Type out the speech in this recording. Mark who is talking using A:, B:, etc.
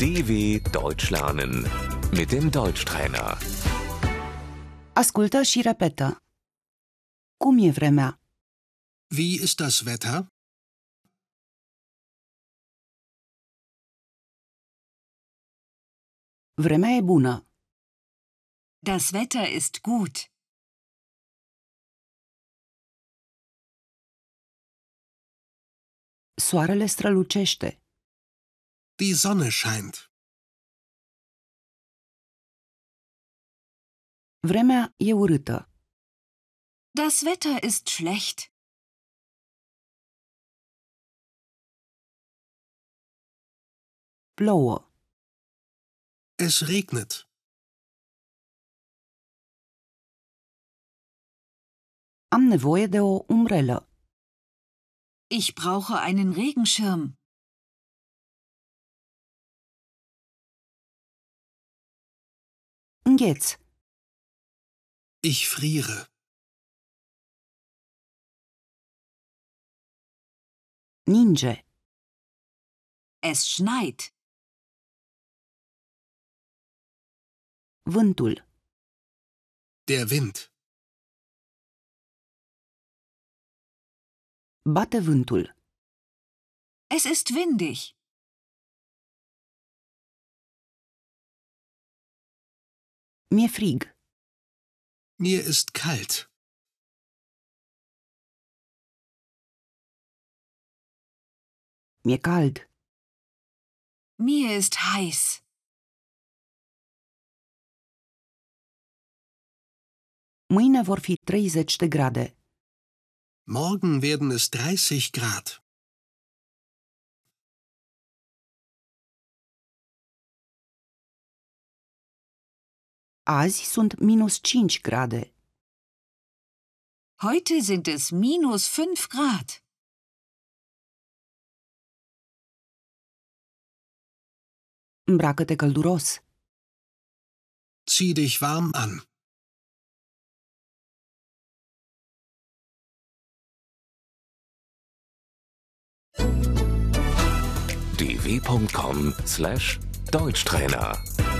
A: DW Deutsch lernen mit dem Deutschtrainer.
B: Ascultă și repetă. Cum e vremea?
C: Wie ist das Wetter?
B: Vremea e bună.
D: Das Wetter ist gut.
B: Soarele strălucește.
C: Die Sonne scheint.
B: Vremea e urâtă.
D: Das Wetter ist schlecht.
B: Plouă.
C: Es regnet.
B: Am nevoie de o umbrelă.
D: Ich brauche einen Regenschirm.
B: Îngheț.
C: Ich friere.
B: Ninge.
D: Es schneit.
B: Vântul.
C: Der Wind.
B: Bate vântul.
D: Es ist windig.
B: Mi-e frig.
C: Mir ist kalt.
B: Mi-e cald.
D: Mir ist heiß.
B: Mâine vor fi 30 de grade.
C: Morgen werden es 30 Grad.
B: Azi sunt minus 5 grade.
D: Heute sind es minus 5 Grad.
B: Îmbracă-te călduros.
C: Zieh dich warm an.
A: dw.com/deutschtrainer